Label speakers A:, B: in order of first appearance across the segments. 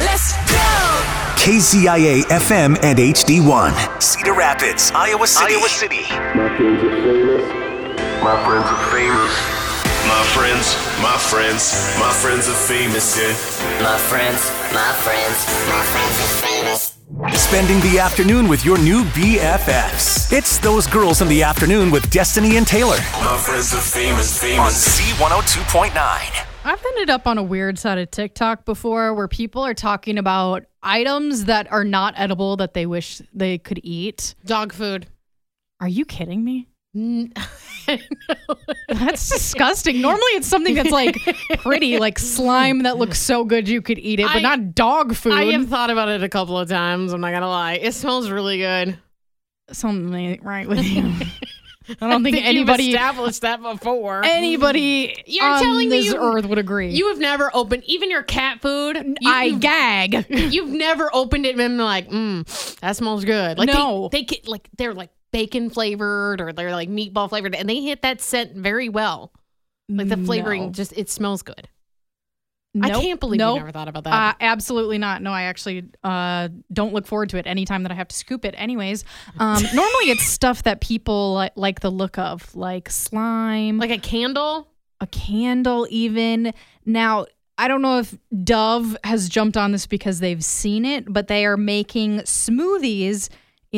A: Let's go!
B: KZIA FM and HD1. Cedar Rapids, Iowa City.
C: Iowa City.
D: My friends are famous.
C: My friends are famous.
E: My friends, my friends, my friends are famous, yeah.
F: My friends, my friends, my friends are famous.
B: Spending the afternoon with your new BFFs. It's those girls in the afternoon with Destiny and Taylor
E: My friends are famous,
B: on
E: famous.
B: C102.9.
G: I've ended up on a weird side of TikTok before where people are talking about items that are not edible that they wish they could eat.
H: Dog food.
G: Are you kidding me? That's disgusting. Normally it's something that's like pretty, like slime that looks so good you could eat it, but
H: I-
G: not dog food.
H: I have thought about it a couple of times. I'm not gonna lie. It smells really good.
G: something right with you. I don't think,
H: think
G: anybody
H: you've established that before.
G: anybody
H: You're
G: on
H: telling me
G: this
H: you-
G: earth would agree.
H: you have never opened even your cat food. You,
G: I
H: you've-
G: gag.
H: You've never opened it and been like, mm, that smells good. Like
G: No.
H: they, they get like they're like bacon flavored or they're like meatball flavored, and they hit that scent very well. Like the flavoring,
G: No.
H: just it smells good. I
G: Nope.
H: can't believe
G: Nope.
H: you never thought about
G: Uh,
H: that.
G: absolutely not. No, I actually uh, don't look forward to it anytime that I have to scoop it. Anyways, um, normally it's stuff that people li- like the look of, like slime, like
H: like a candle.
G: a candle, even. Now, I don't know if Dove has jumped on this because they've seen it, but they are making smoothies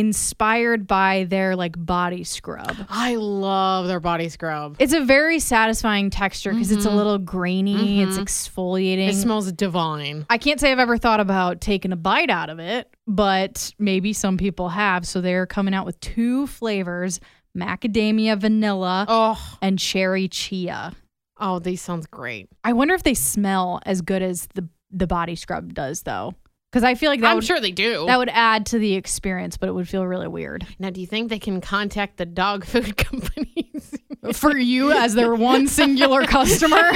G: inspired by their like body scrub.
H: I love their body scrub.
G: It's a very satisfying texture because it's a little grainy, it's exfoliating.
H: Mm-hmm. It smells divine.
G: I can't say I've ever thought about taking a bite out of it, but maybe some people have. So they're coming out with two flavors macadamia vanilla
H: Oh,
G: and cherry chia.
H: oh, these sounds great.
G: I wonder if they smell as good as the, the body scrub does, though. Because I feel like that
H: I'm
G: would,
H: sure they do.
G: that would add to the experience, but it would feel really weird.
H: now, do you think they can contact the dog food companies?
G: For you, as their one singular customer,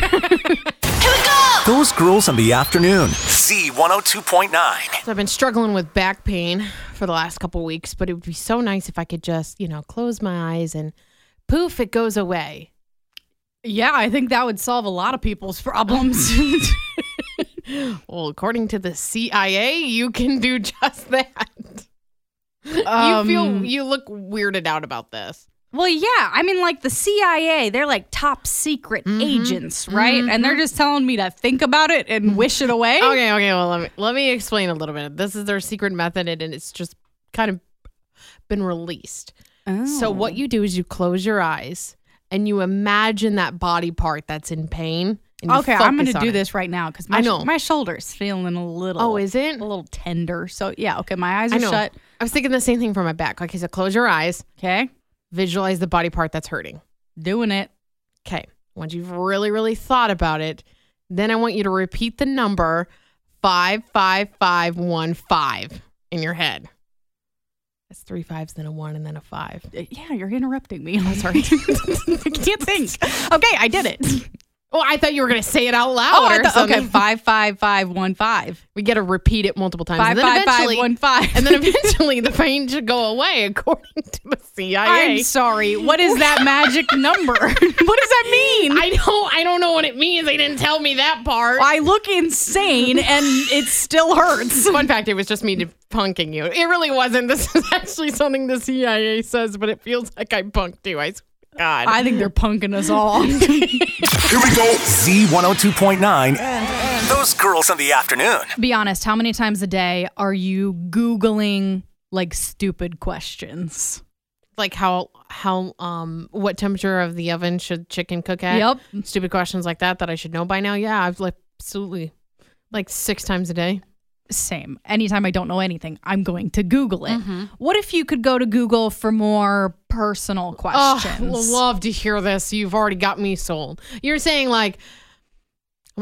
B: Those girls in the afternoon. C102.9.
H: So I've been struggling with back pain for the last couple weeks, but it would be so nice if I could just, you know, close my eyes and poof, it goes away.
G: yeah, I think that would solve a lot of people's problems.
H: Well, according to the CIA, you can do just that. you feel you look weirded out about this.
G: Well, yeah. I mean, like the CIA, they're like top secret
H: Mm-hmm.
G: agents, right? And they're just telling me to think about it
H: Mm-hmm.
G: and wish it away.
H: Okay, okay, well let me let me explain a little bit. This is their secret method and and it's just kind of been released.
G: Oh.
H: So what you do is you close your eyes and you imagine that body part that's in pain. and you
G: Okay, I'm going
H: focus
G: to
H: on
G: do
H: it.
G: this right now because my,
H: I know.
G: my shoulder's feeling a little.
H: Oh, is it?
G: A little tender. So, yeah, okay, my eyes
H: I
G: are
H: know.
G: shut.
H: I was thinking the same thing for my back. Okay, so close your eyes,
G: Okay,
H: visualize the body part that's hurting.
G: doing it.
H: Okay, once you've really, really thought about it, then I want you to repeat the number 55515 in your head. That's three fives, then a one, and then a five.
G: Uh, Yeah, you're interrupting me. I'm sorry. I can't think. Okay, I did it.
H: Oh, I thought you were going to say it out loud.
G: Oh, I
H: or
G: thought, okay,
H: something.
G: five, five, five, one, five.
H: We got to repeat it multiple times.
G: Five,
H: and then
G: five, five,
H: eventually,
G: one, five.
H: And then eventually the pain should go away, according to the CIA.
G: I'm sorry. What is that magic number? what does that mean?
H: I don't, I don't know what it means. They didn't tell me that part.
G: I look insane and it still hurts.
H: Fun fact, it was just me punking you. It really wasn't. This is actually something the CIA says, but it feels like I punked you. I swear to God.
G: I think they're punking us all.
E: Here we go.
B: C102.9. Those girls in the afternoon.
G: Be honest, how many times a day are you Googling like stupid questions?
H: like how how um what temperature of the oven should chicken cook at?
G: Yep.
H: Stupid questions like that that I should know by now. Yeah, I've like absolutely like six times a day.
G: Same. Anytime I don't know anything, I'm going to Google it. What if you could go to Google for more personal questions?
H: Oh, love to hear this. You've already got me sold. You're saying like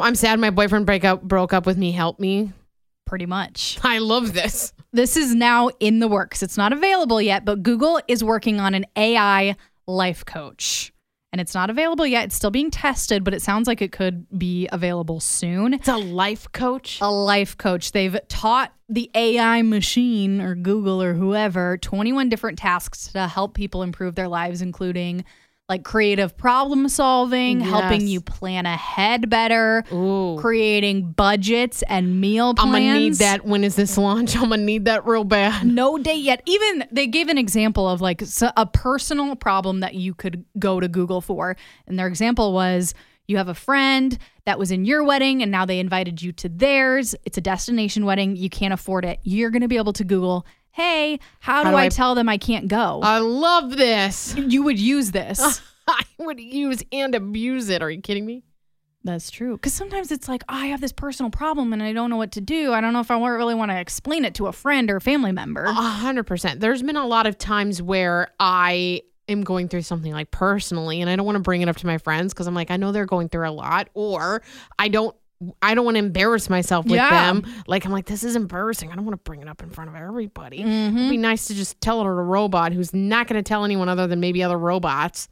H: I'm sad my boyfriend break up broke up with me. Help me.
G: Pretty much.
H: I love this.
G: This is now in the works. It's not available yet, but Google is working on an AI life coach. And it's not available yet. It's still being tested, but it sounds like it could be available soon.
H: It's a life coach.
G: a life coach. They've taught the AI machine or Google or whoever 21 different tasks to help people improve their lives, including like creative problem solving, helping
H: Yes.
G: you plan ahead better,
H: Ooh.
G: creating budgets and meal
H: I'm
G: plans.
H: gonna need that. When is this launch? I'm gonna need that real bad.
G: No date yet. Even they gave an example of like s- a personal problem that you could go to Google for. And their example was you have a friend that was in your wedding and now they invited you to theirs. It's a destination wedding. You can't afford it. You're going to be able to Google, hey, how, do,
H: do
G: I, Uh,
H: I-
G: tell them I can't go?
H: I love this.
G: you would use this.
H: I would use and abuse it. Are you kidding me?
G: That's true. Because sometimes it's like, I have this personal problem and I don't know what to do. I don't know if I wa- really want to explain it to a friend or a family member.
H: A hundred percent. There's been a lot of times where I am going through something like personally, and I don't want to bring it up to my friends because I'm like, I know they're going through a lot, or I don't. I don't want to embarrass myself with
G: Yeah.
H: them. Like I'm like, this is embarrassing. I don't want to bring it up in front of everybody.
G: Mm-hmm.
H: It'd be nice to just tell it to a robot who's not going to tell anyone other than maybe other robots.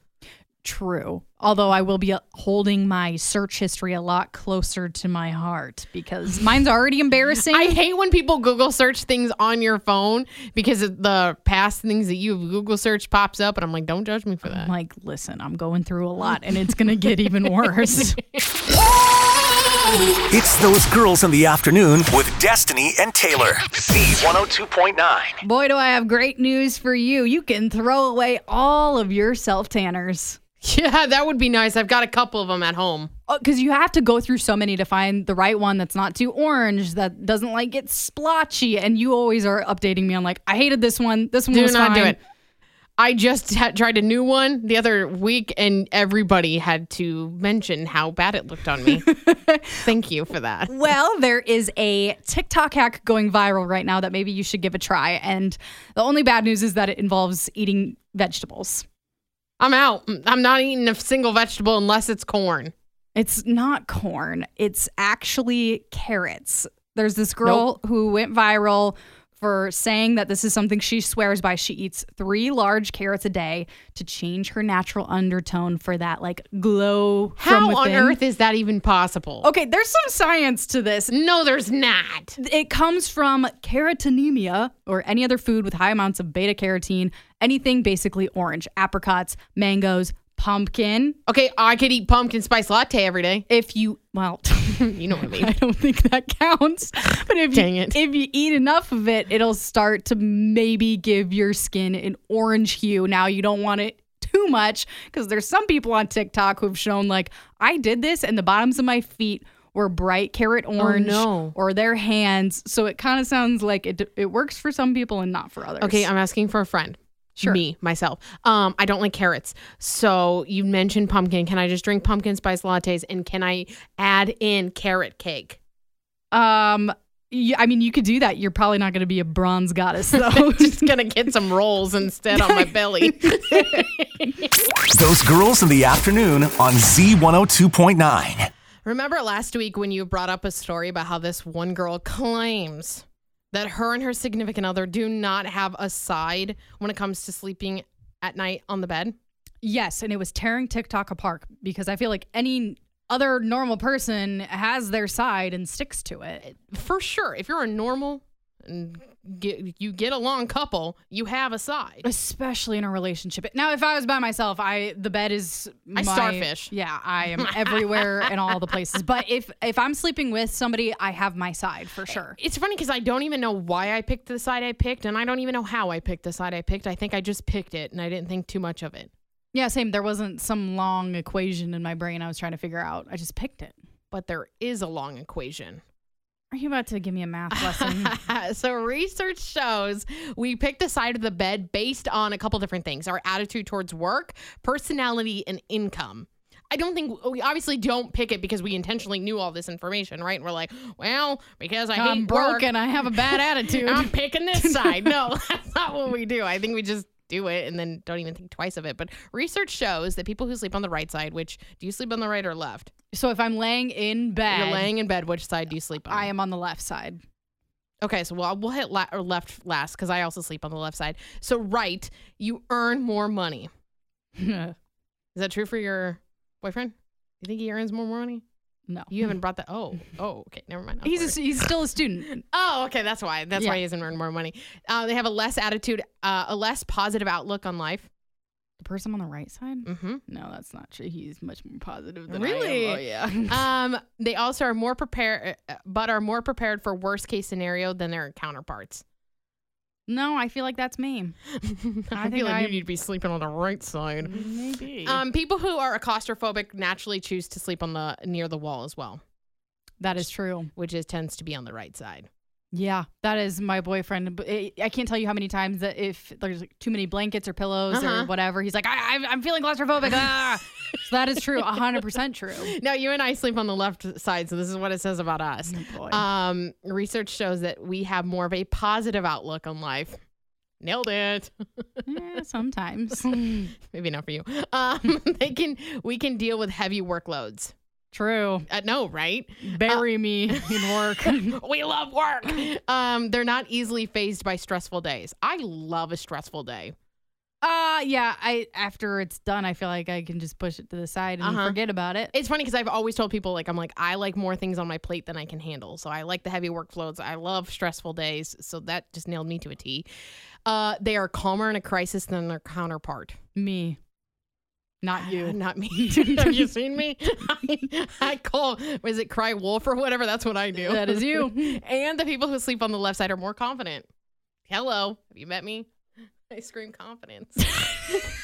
G: true. Although I will be uh, holding my search history a lot closer to my heart because mine's already embarrassing.
H: I hate when people Google search things on your phone because of the past things that you've Google search pops up, and I'm like, don't judge me for that.
G: I'm like, listen, I'm going through a lot and it's going to get even worse.
B: It's those girls in the afternoon with Destiny and Taylor. Z102.9.
G: Boy, do I have great news for you. You can throw away all of your self tanners.
H: Yeah, that would be nice. I've got a couple of them at home.
G: because Uh, you have to go through so many to find the right one that's not too orange, that doesn't like get splotchy. And you always are updating me on like, I hated this one. This one
H: Do
G: was
H: not do
G: fine.
H: it. I just ha- tried a new one the other week, and everybody had to mention how bad it looked on me. Thank you for that.
G: Well, there is a TikTok hack going viral right now that maybe you should give a try. And the only bad news is that it involves eating vegetables.
H: I'm out. I'm not eating a single vegetable unless it's corn.
G: It's not corn, it's actually carrots. There's this girl who went viral for saying that this is something she swears by. She eats three large carrots a day to change her natural undertone for that like glow. from
H: How on
G: within. Oh.
H: earth is that even possible?
G: Okay, there's some science to this.
H: No, there's not.
G: It comes from carotenemia or any other food with high amounts of beta carotene, anything basically orange, apricots, mangoes, pumpkin.
H: Okay, I could eat pumpkin spice latte every day.
G: If you, well,
H: You know what I
G: I
H: mean.
G: don't think that counts, but if
H: Dang
G: you,
H: it.
G: if you eat enough of it, it'll start to maybe give your skin an orange hue. Now you don't want it too much because there's some people on TikTok who've shown like I did this and the bottoms of my feet were bright carrot orange
H: Oh, no.
G: or their hands. So it kind of sounds like it it works for some people and not for others.
H: Okay, I'm asking for a friend.
G: Sure.
H: Me, myself. Um, I don't like carrots. So you mentioned pumpkin. Can I just drink pumpkin spice lattes and can I add in carrot cake?
G: um yeah, I mean you could do that. You're probably not going to be a bronze goddess though.
H: just gonna get some rolls instead on my belly.
B: Those girls in the afternoon on Z102.9.
H: Remember last week when you brought up a story about how this one girl claims that her and her significant other do not have a side when it comes to sleeping at night on the bed?
G: Yes, and it was tearing TikTok apart because I feel like any other normal person has their side and sticks to it.
H: for sure if you're a normal and get, you get along couple you have a side
G: Especially in a relationship. Now, if I was by myself, I the bed is my,
H: I starfish.
G: Yeah, I am everywhere in all the places. But if if I'm sleeping with somebody, I have my side for sure.
H: it's funny because i don't even know why i picked the side i picked and i don't even know how i picked the side i picked i think i just picked it and i didn't think too much of it
G: Yeah, same. There wasn't some long equation in my brain I was trying to figure out. I just picked it.
H: but there is a long equation
G: Are you about to give me a math lesson?
H: so research shows we pick the side of the bed based on a couple different things our attitude towards work personality and income i don't think we obviously don't pick it because we intentionally knew all this information right we're like well because i
G: I'm
H: hate
G: broke
H: work,
G: and I have a bad attitude.
H: I'm picking this side. No, that's not what we do. I think we just do it and then don't even think twice of it. But research shows that people who sleep on the right side, which do you sleep on the right or left?
G: so if I'm laying in
H: When
G: bed,
H: You're laying in bed. Which side do you sleep on?
G: I am on the left side.
H: Okay, so we'll, we'll hit la- or left last because I also sleep on the left side. So right, you earn more money. Is that true for your boyfriend? You think he earns more money?
G: No.
H: You haven't brought that. Oh, oh, okay, never mind. I'm
G: He's a,
H: worried.
G: stu- he's still a student.
H: Oh, okay. That's why. That's why
G: Yeah.
H: he doesn't earn more money. Uh, they have a less attitude, uh, a less positive outlook on life.
G: The person on the right side?
H: Mm-hmm.
G: No, that's not true. He's much more positive than
H: Really?
G: I am. Oh, yeah.
H: Um, they also are more prepared, uh, but are more prepared for worst case scenario than their counterparts.
G: no, I feel like that's me.
H: I,
G: think
H: feel like
G: I-
H: you need to be sleeping on the right side.
G: Maybe.
H: Um, people who are claustrophobic naturally choose to sleep on the near the wall as well,
G: that is true.
H: which is tends to be on the right side.
G: Yeah, that is my boyfriend. But it- I can't tell you how many times that if there's like, too many blankets or pillows
H: Uh-huh.
G: or whatever, he's like, I, I, I'm feeling claustrophobic. ah! So that is true. 100% true.
H: No, you and I sleep on the left side, so this is what it says about us.
G: Oh, boy.
H: Um, research shows that we have more of a positive outlook on life. Nailed it.
G: Eh, sometimes.
H: Maybe not for you. Um, they can we can deal with heavy workloads.
G: true.
H: Uh, no, right?
G: Bury me in work.
H: We love work. Um, they're not easily phased by stressful days. I love a stressful day.
G: uh, yeah, I after it's done, I feel like I can just push it to the side and
H: Uh-huh.
G: forget about it.
H: It's funny because I've always told people like I'm like I like more things on my plate than I can handle. So I like the heavy workloads. I love stressful days. So that just nailed me to a T. Uh, they are calmer in a crisis than their counterpart.
G: me. Not you.
H: Not me. Have you seen me? I, I call was it cry wolf or whatever? That's what I do.
G: That is you.
H: and the people who sleep on the left side are more confident. Hello, have you met me? I scream confidence.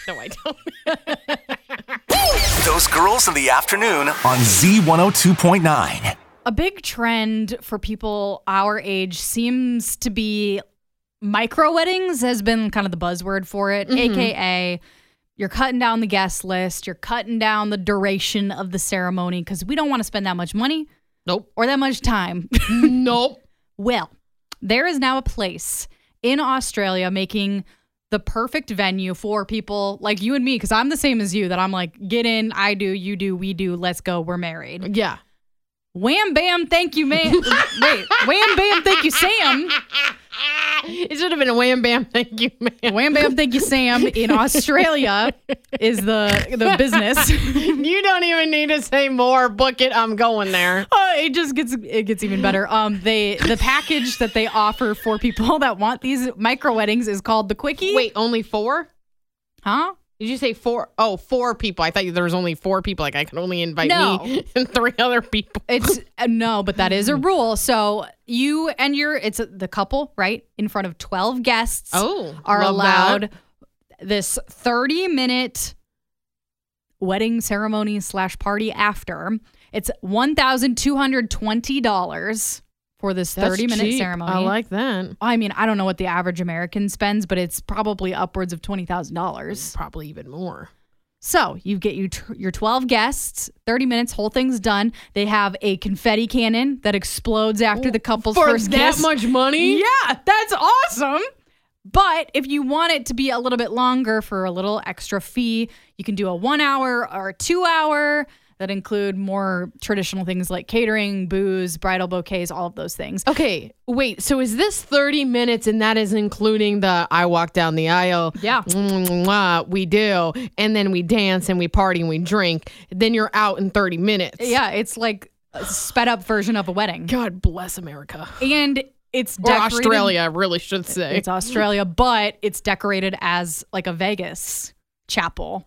H: no, I don't.
B: Those girls in the afternoon on Z102.9.
G: A big trend for people our age seems to be micro weddings has been kind of the buzzword for it, aka you're cutting down the guest list, you're cutting down the duration of the ceremony because we don't want to spend that much money
H: Nope.
G: or that much time.
H: Nope.
G: well, there is now a place in Australia making the perfect venue for people like you and me because I'm the same as you that I'm like get in, I do, you do, we do, let's go, we're married.
H: Yeah.
G: Wham bam, thank you, man. Wait, wham bam, thank you, Sam.
H: It should have been a wham bam. Thank you, ma'am.
G: Wham bam, thank you, Sam. In Australia, is the the business.
H: you don't even need to say more. Book it. I'm going there.
G: Uh, it just gets it gets even better. Um, they the package that they offer for people that want these micro weddings is called the quickie.
H: Wait, only four?
G: huh?
H: Did you say four? Oh, four people. I thought there was only four people. Like I could only invite
G: No.
H: me and three other people.
G: It's uh, no, but that is a rule. So you and your it's the couple right in front of twelve guests.
H: Oh,
G: are
H: love
G: allowed
H: that.
G: this thirty minute wedding ceremony slash party after. It's one thousand two hundred twenty dollars for this
H: That's
G: thirty minute
H: cheap.
G: ceremony.
H: I like that.
G: I mean, I don't know what the average American spends, but it's probably upwards of twenty thousand dollars.
H: Probably even more.
G: So you get you tr- your 12 guests, 30 minutes, whole thing's done. They have a confetti cannon that explodes after the couple's first
H: that
G: kiss.
H: much money?
G: yeah, that's awesome. But if you want it to be a little bit longer for a little extra fee, you can do a one hour or a two hour that include more traditional things like catering, booze, bridal bouquets, all of those things.
H: Okay, wait. So is this 30 minutes and that is including the I walk down the aisle?
G: Yeah.
H: mwah, we do. And then we dance and we party and we drink. Then you're out in 30 minutes.
G: Yeah, it's like a sped up version of a wedding.
H: God bless America.
G: And it's
H: Or
G: decorated-
H: Australia, I really should say.
G: It's Australia, but it's decorated as like a Vegas chapel.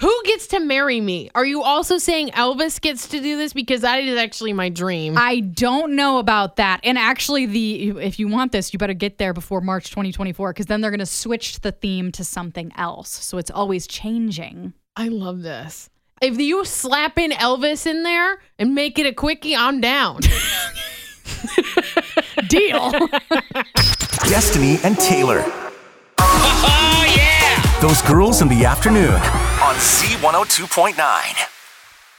H: Who gets to marry me? Are you also saying Elvis gets to do this? Because that is actually my dream.
G: I don't know about that. And actually, the if you want this, you better get there before March 2024 because then they're going to switch the theme to something else. So it's always changing.
H: I love this. If you slap in Elvis in there and make it a quickie, I'm down.
G: Deal.
B: Destiny and Taylor. Oh, yeah! Those girls in the afternoon on Z102.9.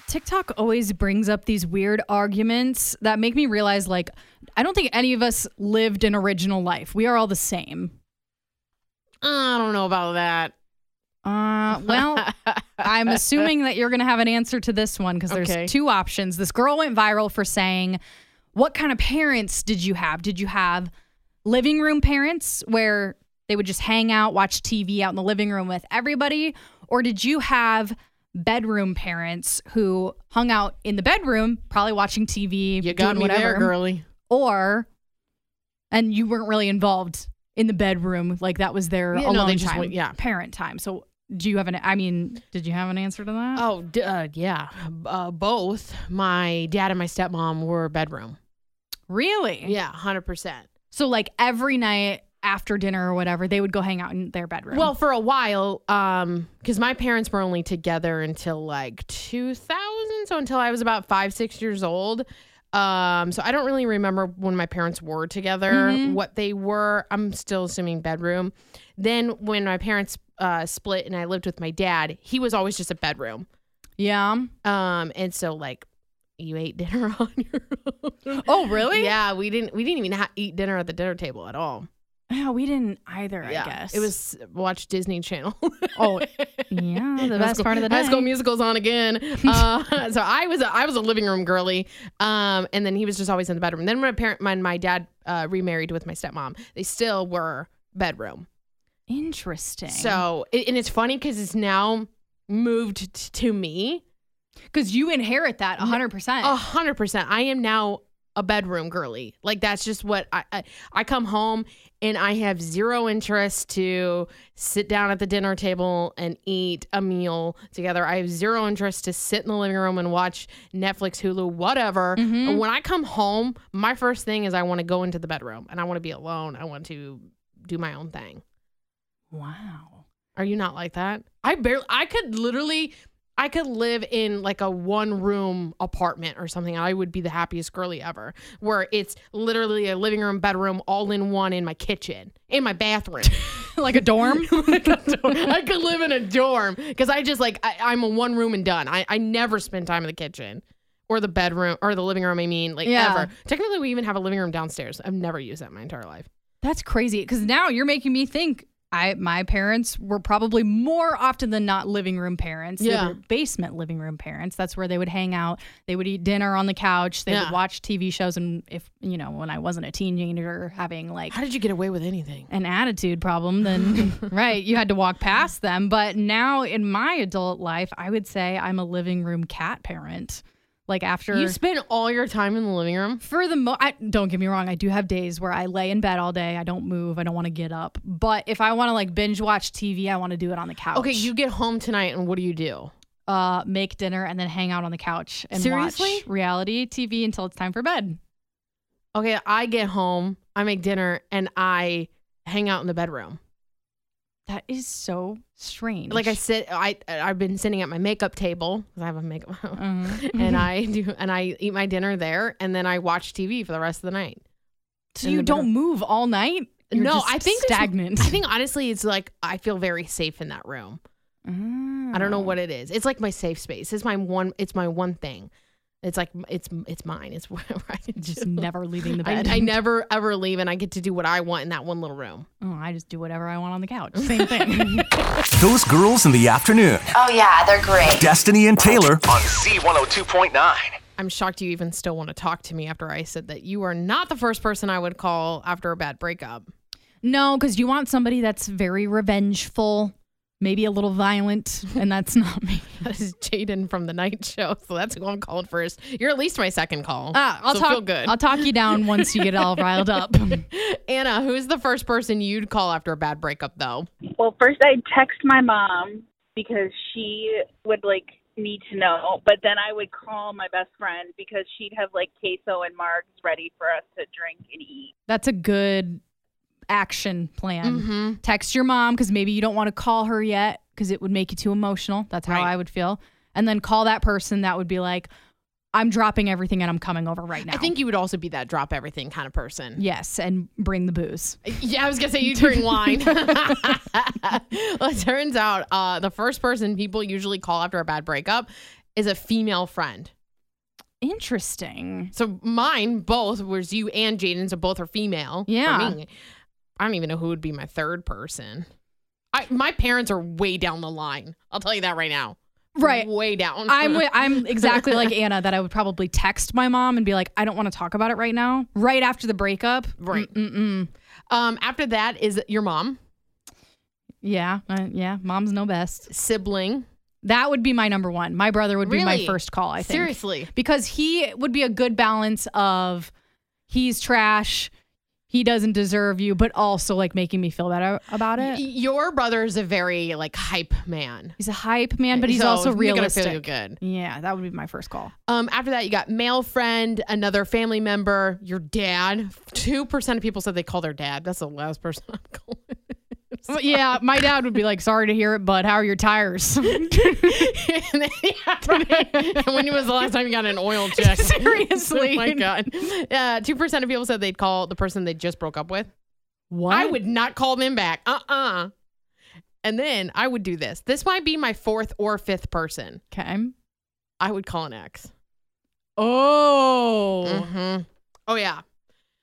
G: TikTok always brings up these weird arguments that make me realize like I don't think any of us lived an original life. We are all the same.
H: I don't know about that.
G: Uh, well, I'm assuming that you're going to have an answer to this one because there's
H: Okay.
G: two options. This girl went viral for saying, What kind of parents did you have? Did you have living room parents where they would just hang out, watch TV out in the living room with everybody? Or did you have bedroom parents who hung out in the bedroom, probably watching TV,
H: You got
G: doing
H: me
G: whatever?
H: there, girly.
G: Or, and you weren't really involved in the bedroom, like that was their
H: Yeah, no,
G: alone
H: they just
G: time,
H: went- yeah.
G: parent time. So Do you have an? I mean, did you have an answer to that?
H: Oh, d- uh, yeah. Uh, both my dad and my stepmom were bedroom.
G: really?
H: Yeah, 100%.
G: So like every night after dinner or whatever, they would go hang out in their bedroom.
H: Well, for a while, um, because my parents were only together until like 2000, so until I was about five, six years old. Um, so I don't really remember when my parents were together, what they were. I'm still assuming bedroom. Then when my parents uh, split and I lived with my dad, he was always just a bedroom.
G: yeah.
H: Um, and so like you ate dinner on your own.
G: Oh, really?
H: Yeah, we didn't. We didn't even ha- eat dinner at the dinner table at all.
G: Yeah, we didn't either.
H: yeah,
G: I guess
H: it was watch Disney Channel.
G: Oh, yeah, the best part of the day.
H: High School Musical's on again. Uh, so I was a, I was a living room girly, um, and then he was just always in the bedroom. Then when my parent, my, my dad uh, remarried with my stepmom, they still were bedroom.
G: Interesting.
H: So it, and it's funny because it's now moved t- to me
G: because you inherit that 100. percent
H: a hundred percent. I am now a bedroom girly. Like that's just what I, I I come home and I have zero interest to sit down at the dinner table and eat a meal together. I have zero interest to sit in the living room and watch Netflix, Hulu, whatever. When I come home, my first thing is I want to go into the bedroom and I want to be alone. I want to do my own thing.
G: Wow.
H: Are you not like that? I barely I could literally I could live in like a one room apartment or something. I would be the happiest girly ever. Where it's literally a living room, bedroom, all in one in my kitchen, in my bathroom.
G: like a dorm.
H: I could live in a dorm because I just like I, I'm a one room and done. I, I never spend time in the kitchen or the bedroom or the living room. I mean, like
G: Yeah.
H: ever. Technically, we even have a living room downstairs. I've never used that my entire life.
G: That's crazy because now you're making me think. I my parents were probably more often than not living room parents. They
H: Yeah.
G: were basement living room parents. That's where they would hang out. They would eat dinner on the couch. They
H: Yeah.
G: would watch TV shows. And if you know, when I wasn't a teenager, having like
H: How did you get away with anything?
G: an attitude problem, then right, you had to walk past them. But now in my adult life, I would say I'm a living room cat parent. Like after
H: You spend all your time in the living room.
G: for the mo I don't get me wrong, I do have days where I lay in bed all day. I don't move. I don't want to get up. But if I want to like binge watch TV, I want to do it on the couch.
H: Okay, you get home tonight and what do you do?
G: uh make dinner and then hang out on the couch and
H: Seriously?
G: watch reality TV until it's time for bed.
H: Okay, I get home, I make dinner, and I hang out in the bedroom.
G: That is so strange.
H: Like I sit, I I've been sitting at my makeup table 'cause I have a makeup,
G: Mhm.
H: and I do, and I eat my dinner there, and then I watch TV for the rest of the night.
G: so
H: in
G: you
H: the
G: don't move all night. You're
H: no,
G: just
H: I think it's-
G: stagnant.
H: I think honestly, it's like I feel very safe in that room.
G: Ah.
H: I don't know what it is. It's like my safe space. It's my one. It's my one thing. It's like it's it's mine. It's where I can
G: just
H: do.
G: never leaving the
H: I,
G: bed.
H: I never ever leave, and I get to do what I want in that one little room.
G: Oh, I just do whatever I want on the couch. Same thing.
B: Those girls in the afternoon.
F: Oh yeah, they're great.
B: Destiny and Taylor.
E: On C102.9.
H: I'm shocked you even still want to talk to me after I said that you are not the first person I would call after a bad breakup.
G: no, because you want somebody that's very revengeful, maybe a little violent, and that's not me.
H: That is Jaden from the night show, so that's who I'm calling first. You're at least my second call.
G: Ah, I'll
H: so
G: talk.
H: Feel good.
G: I'll talk you down once you get all riled up.
H: Anna, who's the first person you'd call after a bad breakup, though?
A: Well, first I text my mom because she would like need to know, but then I would call my best friend because she'd have like queso and margs ready for us to drink and eat.
G: That's a good action plan. Text your mom because maybe you don't want to call her yet because it would make you too emotional. That's how
H: Right.
G: I would feel. And then call that person that would be like, "I'm dropping everything and I'm coming over right now."
H: I think you would also be that drop everything kind of person.
G: yes, and bring the booze.
H: Yeah, I was gonna say you drink wine. well, it turns out uh, the first person people usually call after a bad breakup is a female friend.
G: Interesting.
H: So mine both was you and Jaden, so both are female. for
G: Yeah.
H: me. I don't even know who would be my third person. I my parents are way down the line. I'll tell you that right now.
G: Right.
H: Way down.
G: I'm wi- I'm exactly like Anna that I would probably text my mom and be like, I don't want to talk about it right now. Right after the breakup.
H: Right.
G: Mm-mm.
H: um after that is your mom,
G: Yeah. uh, yeah. Moms know best.
H: sibling.
G: That would be my number one. My brother would be my
H: Really?
G: first call. I think
H: Seriously.
G: because he would be a good balance of he's trash. he doesn't deserve you, but also like making me feel better about
H: Y-
G: it.
H: Your brother is a very like hype man,
G: He's a hype man, but he's
H: So
G: also
H: you're gonna
G: realistic.
H: Feel good.
G: Yeah, that would be my first call.
H: Um, after that, you got male friend, another family member, your dad. Two percent of people said they call their dad. That's the last person I'm calling.
G: But yeah, my dad would be like, "Sorry to hear it, but how are your tires?"
H: and, then- yeah, right. And when was the last time you got an oil check?
G: Seriously.
H: oh my god. Uh, Two percent of people said they'd call the person they just broke up with.
G: What?
H: I would not call them back. Uh uh And then I would do this. This might be my fourth or fifth person.
G: Okay.
H: I would call an ex.
G: Oh.
H: Mm-hmm. Oh yeah.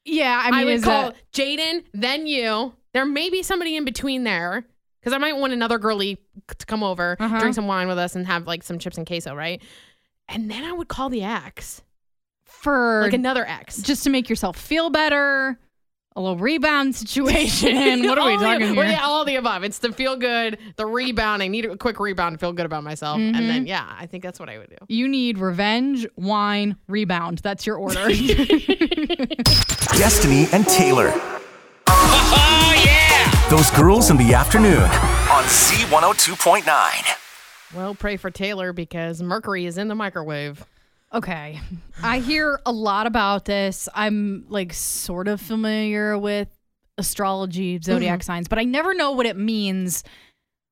G: Yeah, I mean,
H: I would
G: is
H: call
G: that-
H: Jaden, then you. There may be somebody in between there because I might want another girly to come over,
G: Uh-huh.
H: drink some wine with us, and have like some chips and queso, right? And then I would call the ex,
G: for
H: like another ex.
G: just to make yourself feel better, a little rebound situation. what are we
H: All the-
G: talking
H: well,
G: here?
H: Oh, yeah, all the above. It's the feel good, the rebound. I need a quick rebound to feel good about myself, and
G: Mm-hmm.
H: then yeah, I think that's what I would do.
G: You need revenge, wine, rebound. That's your order.
B: Destiny and Taylor. Oh, yeah! Those girls in the afternoon on Z102.9.
H: Well, pray for Taylor because Mercury is in the microwave.
G: okay. I hear a lot about this. I'm like sort of familiar with astrology, zodiac
H: Mm-hmm.
G: signs, but I never know what it means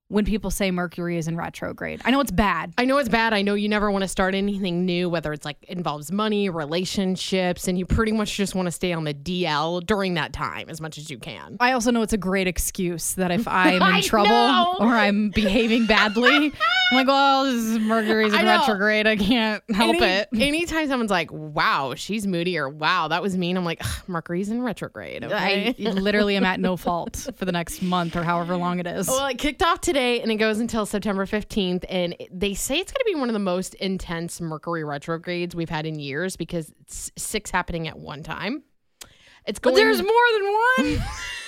G: when people say Mercury is in retrograde. I know it's bad.
H: I know it's bad. I know you never want to start anything new, whether it's like involves money, relationships, and you pretty much just want to stay on the DL during that time as much as you can.
G: I also know it's a great excuse that if I'm
H: I
G: in trouble
H: know.
G: or I'm behaving badly, I'm like, well, this is Mercury's
H: I
G: in
H: know.
G: retrograde. I can't help
H: Any-
G: it.
H: Anytime someone's like, wow, she's moody or wow, that was mean, I'm like, "Ugh, Mercury's in retrograde.
G: I
H: Okay.
G: literally am at no fault for the next month or however long it is.
H: Well, it kicked off today and it goes until September 15th. And it- they say it's going to be one of the most intense Mercury retrogrades we've had in years because it's six happening at one time. It's going,
G: There's more than one.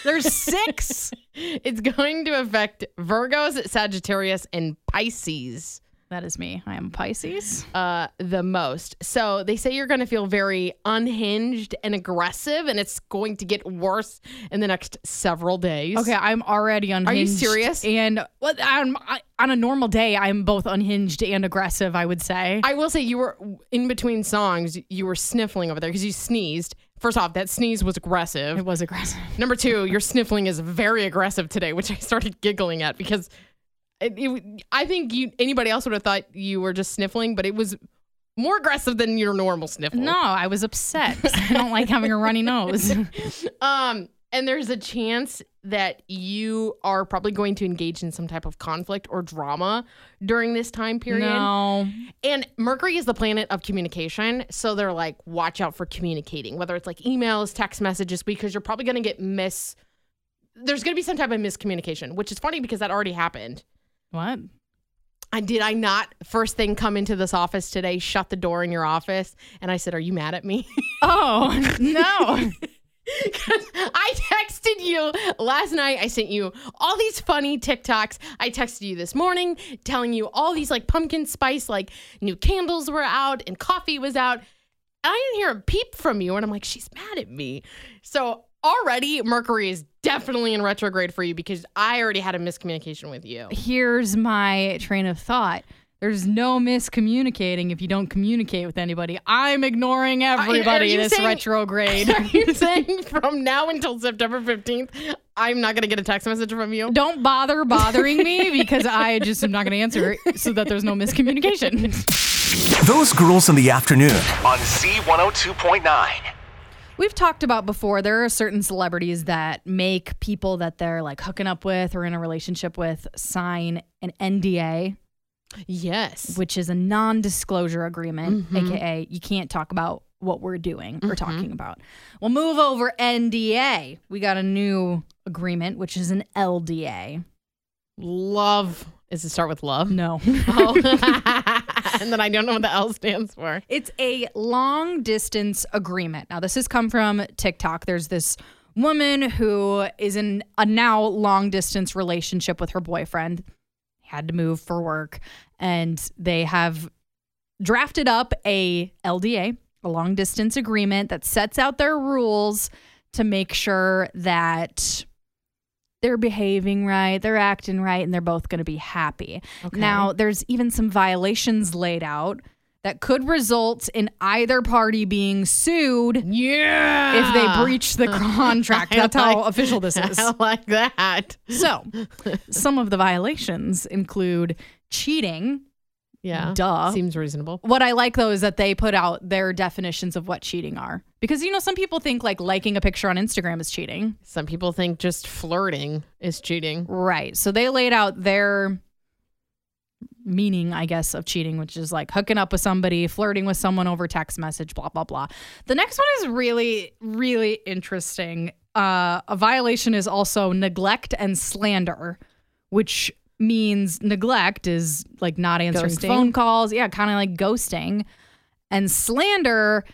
G: There's six.
H: it's going to affect Virgos, Sagittarius, and Pisces.
G: That is me. I am Pisces.
H: uh, the most. So they say you're going to feel very unhinged and aggressive, and it's going to get worse in the next several days.
G: Okay, I'm already unhinged.
H: serious?
G: And well, I'm, I, on a normal day, I'm both unhinged and aggressive, I would say.
H: I will say you were in between songs, you were sniffling over there because you sneezed. First off, that sneeze was
G: it
H: aggressive.
G: was aggressive.
H: Number two, your sniffling is very aggressive today, which I started giggling at because it, it, I think you anybody else would have thought you were just sniffling, but it was more aggressive than your normal sniffle.
G: No, I was upset. 'cause I don't like having a runny nose.
H: Um, and there's a chance that you are probably going to engage in some type of conflict or drama during this time period.
G: No.
H: And Mercury is the planet of communication. So they're like, watch out for communicating, whether it's like emails, text messages, because you're probably going to get miss. There's going to be some type of miscommunication, which is funny because that already happened.
G: What?
H: I did I not first thing come into this office today, shut the door in your office, and I said, "Are you mad at me?"
G: Oh, no.
H: I texted you last night. I sent you all these funny TikToks. I texted you this morning telling you all these like pumpkin spice, like new candles were out and coffee was out. And I didn't hear a peep from you. And I'm like, she's mad at me. So already Mercury is definitely in retrograde for you because I already had a miscommunication with you.
G: Here's my train of thought. There's no miscommunicating if you don't communicate with anybody. I'm ignoring everybody
H: you
G: this
H: saying-
G: retrograde.
H: Are you saying from now until September 15th, I'm not going to get a text message from you?
G: don't bother bothering me because I just am not going to answer it so that there's no miscommunication.
B: Those girls in the afternoon.
C: on Z102.9.
G: We've talked about before there are certain celebrities that make people that they're like hooking up with or in a relationship with sign an NDA,
H: Yes.
G: which is a non-disclosure agreement, aka you can't talk about what we're doing or talking about. Well, move over NDA. We got a new agreement which is an LDA.
H: Love. Is it start with love?
G: No.
H: Oh. and then I don't know what the L stands for.
G: It's a long distance agreement. Now, this has come from TikTok. There's this woman who is in a now long distance relationship with her boyfriend, had to move for work, and they have drafted up a LDA, a long distance agreement that sets out their rules to make sure that they're behaving right, they're acting right, and they're both going to be happy. Now, there's even some violations laid out that could result in either party being sued
H: Yeah.
G: if they breach the contract.
H: I
G: That's how
H: like-
G: official this is.
H: I like that.
G: So, some of the violations include cheating.
H: Yeah.
G: Duh.
H: Seems reasonable.
G: What I like though is that they put out their definitions of what cheating are. Because you know some people think like liking a picture on Instagram is cheating.
H: Some people think just flirting is cheating.
G: Right. So they laid out their meaning, I guess, of cheating, which is like hooking up with somebody, flirting with someone over text message, blah, blah, blah. The next one is really, really interesting. Uh, a violation is also neglect and slander, which means neglect is like not answering
H: Ghosting.
G: phone calls. Yeah, kind of like ghosting. And slander,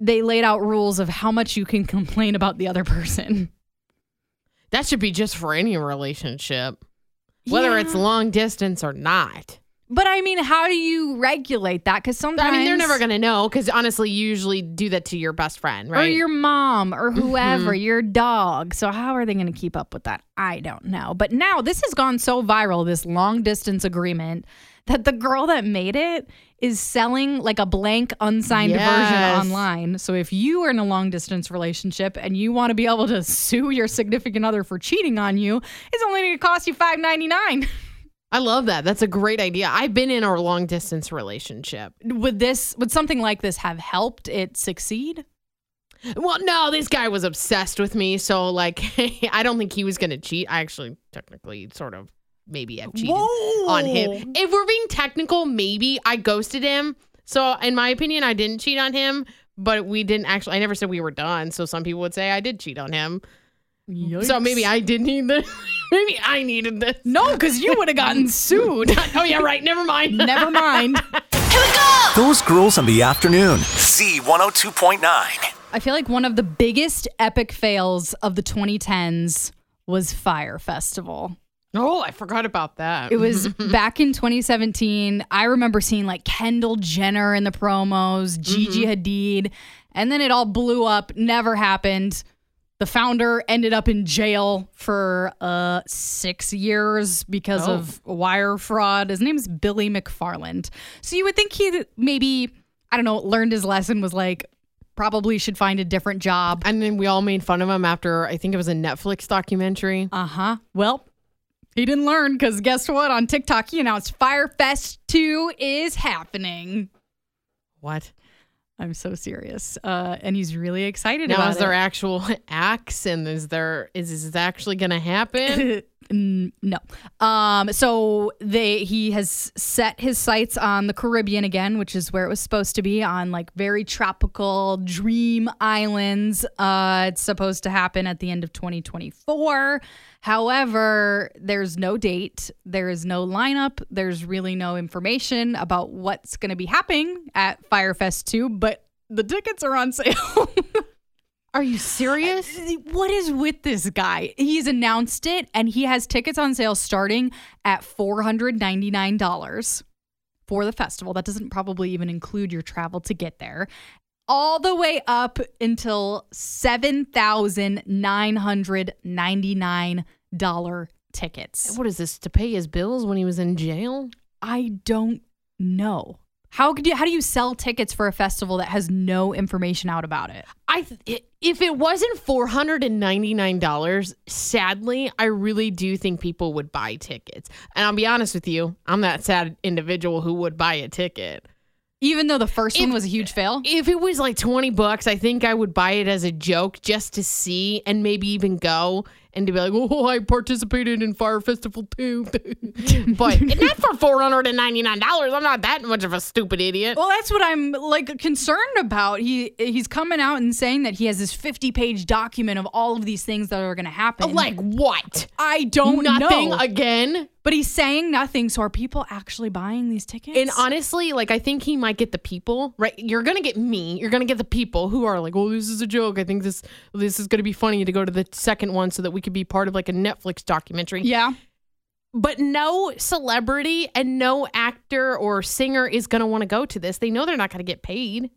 G: they laid out rules of how much you can complain about the other person.
H: That should be just for any relationship, whether it's long distance or not.
G: But I mean, how do you regulate that? Because sometimes
H: I mean, they're never going to know because honestly, you usually do that to your best friend,
G: or
H: right?
G: your mom
H: Mm-hmm.
G: or whoever, your dog. So how are they going to keep up with that? I don't know. But now this has gone so viral, this long distance agreement, that the girl that made it is selling like a blank unsigned
H: Yes.
G: version online. So if you are in a long distance relationship and you want to be able to sue your significant other for cheating on you, it's only going to cost you five ninety nine.
H: I love that. That's a great idea. I've been in a long distance relationship.
G: Would this would something like this have helped it succeed?
H: Well, no, this guy was obsessed with me. So, like, I don't think he was going to cheat. I actually technically sort of maybe have cheated on him. If we're being technical, maybe I ghosted him. So, in my opinion, I didn't cheat on him, but we didn't actually, I never said we were done. So, some people would say I did cheat on him. So, maybe I did need this. maybe I needed this.
G: No, because you would have gotten sued.
H: Oh, yeah, right. Never mind.
G: Never mind.
B: Those girls on the afternoon.
C: Z102.9.
G: I feel like one of the biggest epic fails of the 2010s was Fire Festival.
H: oh, I forgot about that.
G: It was back in 2017. I remember seeing like Kendall Jenner in the promos, Gigi Hadid, and then it all blew up, never happened. The founder ended up in jail for uh, six years because
H: Oh.
G: of wire fraud. His name is Billy McFarland. So you would think he maybe, I don't know, learned his lesson, was like, probably should find a different job.
H: and then we all made fun of him after I think it was a Netflix documentary.
G: Uh huh. Well, he didn't learn because guess what? On TikTok, he announced Firefest 2 is happening.
H: What?
G: I'm so serious. Uh, and he's really excited
H: Now
G: about
H: is there
G: it.
H: actual acts and is there is is this actually gonna happen?
G: N- Mm, no. Um, so they he has set his sights on the Caribbean again, which is where it was supposed to be on like very tropical dream islands. Uh, it's supposed to happen at the end of 2024. However, there's no date, there is no lineup, there's really no information about what's going to be happening at Firefest 2, but the tickets are on sale.
H: Are you serious?
G: What is with this guy? He's announced it and he has tickets on sale starting at $499 for the festival. That doesn't probably even include your travel to get there. All the way up until $7,999 tickets.
H: What is this to pay his bills when he was in jail?
G: I don't know. How could you how do you sell tickets for a festival that has no information out about it?
H: I th- if it wasn't four hundred and ninety nine dollars, sadly, I really do think people would buy tickets. And I'll be honest with you, I'm that sad individual who would buy a ticket.
G: Even though the first one
H: If-
G: was a huge fail.
H: If it was like twenty bucks, I think I would buy it as a joke just to see and maybe even go and to be like, "Oh, I participated in Fire Festival too," but not for four hundred and ninety nine dollars. I'm not that much of a stupid idiot.
G: Well, that's what I'm like concerned about. He he's coming out and saying that he has this 50-page document of all of these things that are going to happen.
H: Like what?
G: I don't
H: Nothing
G: know.
H: again.
G: but he's saying nothing. So are people actually buying these tickets?
H: And honestly, like I think he might get the people right. You're gonna get me. You're gonna get the people who are like, "Oh, this is a joke. I think this this is gonna be funny to go to the second one so that we could be part of like a Netflix documentary."
G: yeah,
H: but no celebrity and no actor or singer is going to want to go to this. They know they're not going to get paid.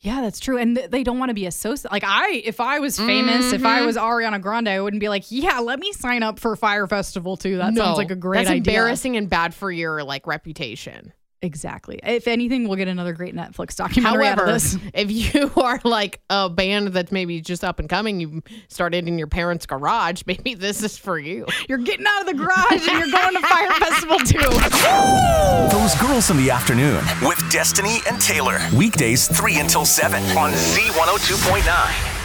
G: Yeah, that's true. And th- they don't want to be associated. Like I, if I was famous, if I
H: Mm-hmm.
G: was Ariana Grande, I wouldn't be like, yeah, let me sign up for Fire Festival too. That
H: No,
G: sounds like a great
H: That's
G: idea.
H: embarrassing and bad for your like reputation.
G: Exactly. If anything, we'll get another great Netflix documentary out of
H: However,
G: this.
H: if you are like a band that's maybe just up and coming, you started in your parents' garage, maybe this is for you.
G: You're getting out of the garage and you're going to Fire Festival too.
B: Those girls in the afternoon.
C: with Destiny and Taylor.
B: Weekdays
C: It's 3 until 7 on Z102.9.